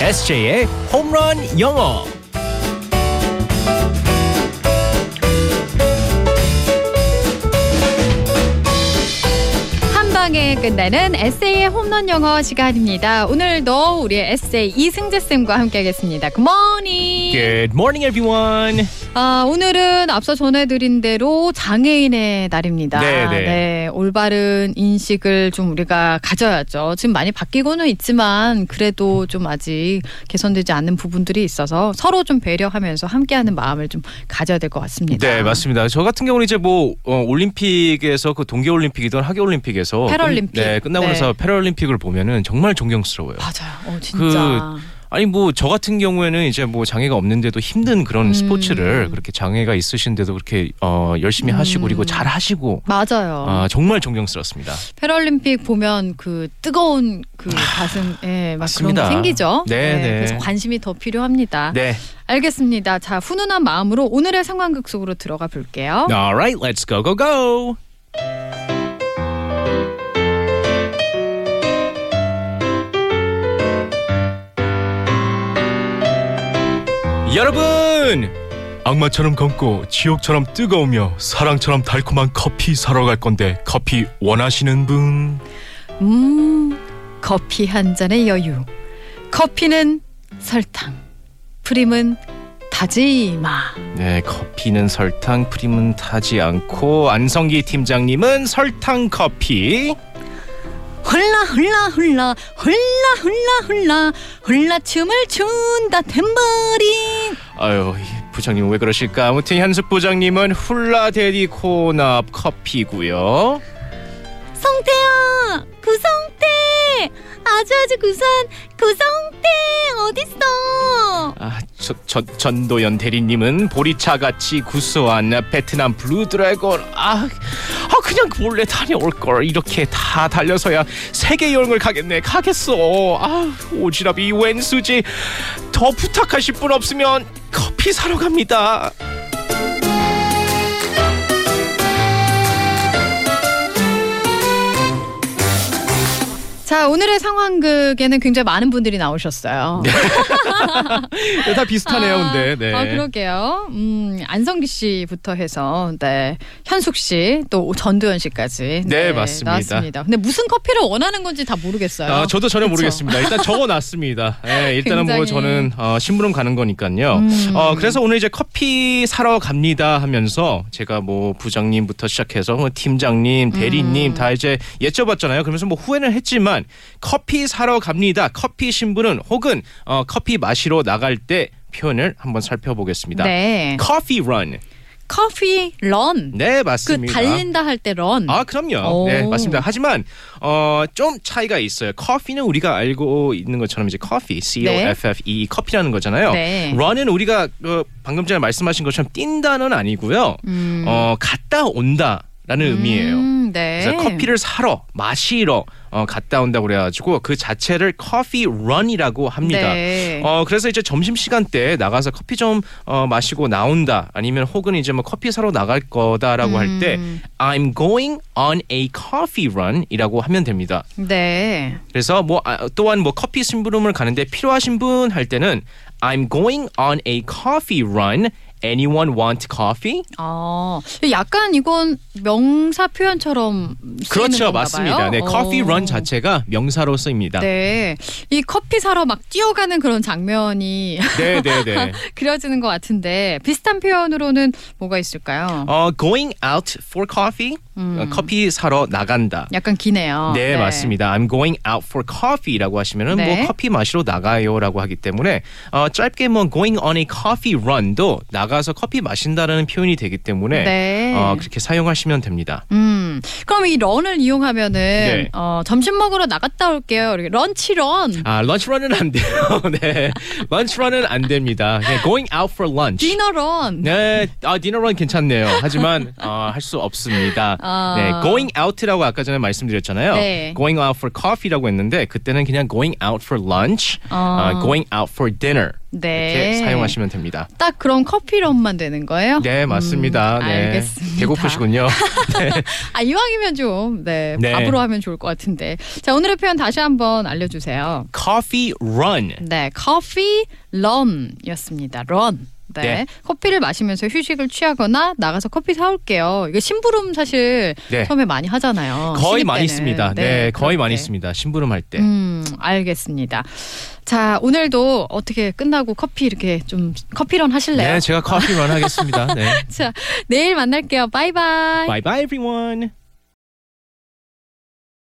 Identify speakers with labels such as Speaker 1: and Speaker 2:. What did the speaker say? Speaker 1: SJ의 홈런 영어.
Speaker 2: 한 방에 끝나는 에세이의 홈런 영어 시간입니다. 오늘도 우리 에세이 이승재 쌤과 함께하겠습니다. Good
Speaker 3: 예.
Speaker 2: morning.
Speaker 1: Good morning, everyone.
Speaker 2: 아, 오늘은 앞서 전해드린 대로 장애인의 날입니다.
Speaker 1: 네, 네.
Speaker 2: 올바른 인식을 좀 우리가 가져야죠. 지금 많이 바뀌고는 있지만 그래도 좀 아직 개선되지 않는 부분들이 있어서 서로 좀 배려하면서 함께하는 마음을 좀 가져야 될 것 같습니다.
Speaker 3: 네 맞습니다. 저 같은 경우는 이제 뭐 어, 올림픽에서 그 동계올림픽이든 하계올림픽에서
Speaker 2: 패럴림픽.
Speaker 3: 끝- 네, 끝나고
Speaker 2: 네.
Speaker 3: 나서 패럴림픽을 보면은 정말 존경스러워요.
Speaker 2: 맞아요. 어, 진짜.
Speaker 3: 아니 뭐 저 같은 경우에는 이제 뭐 장애가 없는데도 힘든 그런
Speaker 2: 음.
Speaker 3: 스포츠를 그렇게 장애가 있으신데도 그렇게 어, 열심히 하시고
Speaker 2: 음.
Speaker 3: 그리고 잘 하시고
Speaker 2: 맞아요.
Speaker 3: 아, 정말 존경스럽습니다.
Speaker 2: 패럴림픽 보면 그 뜨거운 그 가슴 예, 막 그런 거
Speaker 3: 아, 맞습니다.
Speaker 2: 생기죠.
Speaker 3: 네,
Speaker 2: 예,
Speaker 3: 네.
Speaker 2: 그래서 관심이 더 필요합니다.
Speaker 3: 네.
Speaker 2: 알겠습니다. 자, 훈훈한 마음으로 오늘의 상황극 속으로 들어가 볼게요.
Speaker 3: All right, let's go go go. 여러분,
Speaker 4: 악마처럼 검고 지옥처럼 뜨거우며 사랑처럼 달콤한 커피 사러 갈 건데 커피 원하시는 분?
Speaker 2: 음. 커피 한 잔의 여유. 커피는 설탕. 프림은 다지마.
Speaker 3: 네, 커피는 설탕, 프림은 타지 않고 안성기 팀장님은 설탕 커피.
Speaker 2: 훌라 훌라 훌라 훌라 훌라 hul라 훌라 춤을 춘다 탬버린
Speaker 3: 아유, 이 부장님 왜 그러실까? 아무튼 현숙 부장님은 훌라 데디 코납 커피고요.
Speaker 2: 성태야 구성태 아주 아주 구수한 그 구성태 어딨어
Speaker 3: 아, 저, 저, 전도연 대리님은 보리차 같이 구수한 베트남 블루 드래곤. 아, 아 그냥 몰래 다녀올 걸. 이렇게 다 달려서야 세계 여행을 가겠네. 가겠어. 아, 오지랖이 웬수지. 더 부탁하실 분 없으면 커피 사러 갑니다.
Speaker 2: 자 오늘의 상황극에는 굉장히 많은 분들이 나오셨어요
Speaker 3: 네, 다 비슷하네요,
Speaker 2: 아,
Speaker 3: 근데. 네.
Speaker 2: 아 그러게요 음 안성기 씨부터 해서 네 현숙 씨 또 전도연 씨까지
Speaker 3: 네, 맞습니다.
Speaker 2: 나왔습니다 근데 무슨 커피를 원하는 건지 다 모르겠어요
Speaker 3: 아, 저도 전혀
Speaker 2: 그쵸?
Speaker 3: 모르겠습니다. 일단 적어놨습니다. 예, 일단은 뭐
Speaker 2: 굉장히-
Speaker 3: 저는 어, 신부름 가는 거니까요.
Speaker 2: 음.
Speaker 3: 어, 그래서 오늘 이제 커피 사러 갑니다 하면서 제가 뭐 부장님부터 시작해서 뭐
Speaker 2: 음.
Speaker 3: 팀장님, 대리님 다 이제 여쭤봤잖아요. 그러면서 뭐 후회는 했지만 커피 사러 갑니다. 커피 신부는 혹은 어, 커피 마시러 나갈 때 표현을 한번 살펴보겠습니다.
Speaker 2: 네
Speaker 3: 커피 런.
Speaker 2: 커피 런
Speaker 3: 네,
Speaker 2: 그
Speaker 3: 맞습니다.
Speaker 2: 달린다 할 때런
Speaker 3: 아 그럼요.
Speaker 2: 오.
Speaker 3: 네 맞습니다. 하지만 어 좀 차이가 있어요. 커피는 우리가 알고 있는 것처럼 이제 커피 C O F F E 커피라는 거잖아요.
Speaker 2: 네.
Speaker 3: run은 우리가 그 방금 전에 말씀하신 것처럼 뛴다는 아니고요.
Speaker 2: 음.
Speaker 3: 어 갔다 온다라는 의미예요.
Speaker 2: 음, 네.
Speaker 3: 그래서 커피를 사러 마시러 어, 갔다 온다고 그래가지고 그 자체를 커피 run이라고 합니다.
Speaker 2: 네.
Speaker 3: 어 그래서 이제 점심 시간 때 나가서 커피 좀 어, 마시고 나온다 아니면 혹은 이제 뭐 커피 사러 나갈 거다라고 할 때
Speaker 2: 음.
Speaker 3: I'm going on a coffee run이라고 하면 됩니다.
Speaker 2: 네.
Speaker 3: 그래서 뭐 아, 또한 뭐 커피 심부름을 가는데 필요하신 분 할 때는 I'm going on a coffee run. Anyone want coffee?
Speaker 2: 어, 약간 이건 명사 표현처럼 쓰이는
Speaker 3: 그렇죠,
Speaker 2: 건가
Speaker 3: 맞습니다.
Speaker 2: 봐요.
Speaker 3: 네, coffee
Speaker 2: 어.
Speaker 3: run 자체가 명사로 쓰입니다.
Speaker 2: 네, 이 커피 사러 막 뛰어가는 그런 장면이
Speaker 3: 네, 네, 네.
Speaker 2: 그려지는 것 같은데 비슷한 표현으로는 뭐가 있을까요?
Speaker 3: 어, going out for coffee.
Speaker 2: 음.
Speaker 3: 어, 커피 사러 나간다.
Speaker 2: 약간 아, 기네요.
Speaker 3: 네, 맞습니다. I'm going out for coffee라고 하시면은
Speaker 2: 네.
Speaker 3: 뭐 커피 마시러 나가요라고 하기 때문에 어, 짧게 뭐 going on a coffee run도 나가서 커피 마신다라는 표현이 되기 때문에
Speaker 2: 네.
Speaker 3: 어, 그렇게 사용하시면 됩니다.
Speaker 2: 음, 그럼 이 런을 이용하면은 어, 점심 먹으러 나갔다 올게요. 이렇게 런치 런,
Speaker 3: 네. 아, lunch run은 안 돼요. 네, lunch run은 안 됩니다. 그냥 going out for lunch.
Speaker 2: 디너 런.
Speaker 3: 네, 아, 디너 run 괜찮네요. 하지만 할 어, 수 없습니다.
Speaker 2: 아.
Speaker 3: 네, going out라고 아까 전에 말씀드렸잖아요.
Speaker 2: 네.
Speaker 3: going out for coffee라고 했는데 그때는 그냥 going out for lunch,
Speaker 2: 아.
Speaker 3: 어, going out for dinner
Speaker 2: 네.
Speaker 3: 이렇게 사용하시면 됩니다.
Speaker 2: 딱 그런 커피런만 되는 거예요?
Speaker 3: 네, 맞습니다.
Speaker 2: 음,
Speaker 3: 네.
Speaker 2: 알겠습니다.
Speaker 3: 배고프시군요.
Speaker 2: 아 이왕이면 좀 네,
Speaker 3: 네.
Speaker 2: 밥으로 하면 좋을 것 같은데. 자 오늘의 표현 다시 한번 알려주세요.
Speaker 3: coffee run.
Speaker 2: 네, 커피 런이었습니다. 런. 네.
Speaker 3: 네.
Speaker 2: 커피를 마시면서 휴식을 취하거나 나가서 커피 사올게요. 이거 심부름 사실
Speaker 3: 네.
Speaker 2: 처음에 많이 하잖아요.
Speaker 3: 거의
Speaker 2: 신입
Speaker 3: 많이
Speaker 2: 때는.
Speaker 3: 있습니다. 네, 거의 많이 있습니다. 네. 심부름 할 때.
Speaker 2: 음, 알겠습니다. 자, 오늘도 어떻게 끝나고 커피 이렇게 좀 커피런 하실래요?
Speaker 3: 네, 제가 커피 run 하겠습니다. 네.
Speaker 2: 자, 내일 만날게요. 바이바이.
Speaker 3: Bye bye everyone.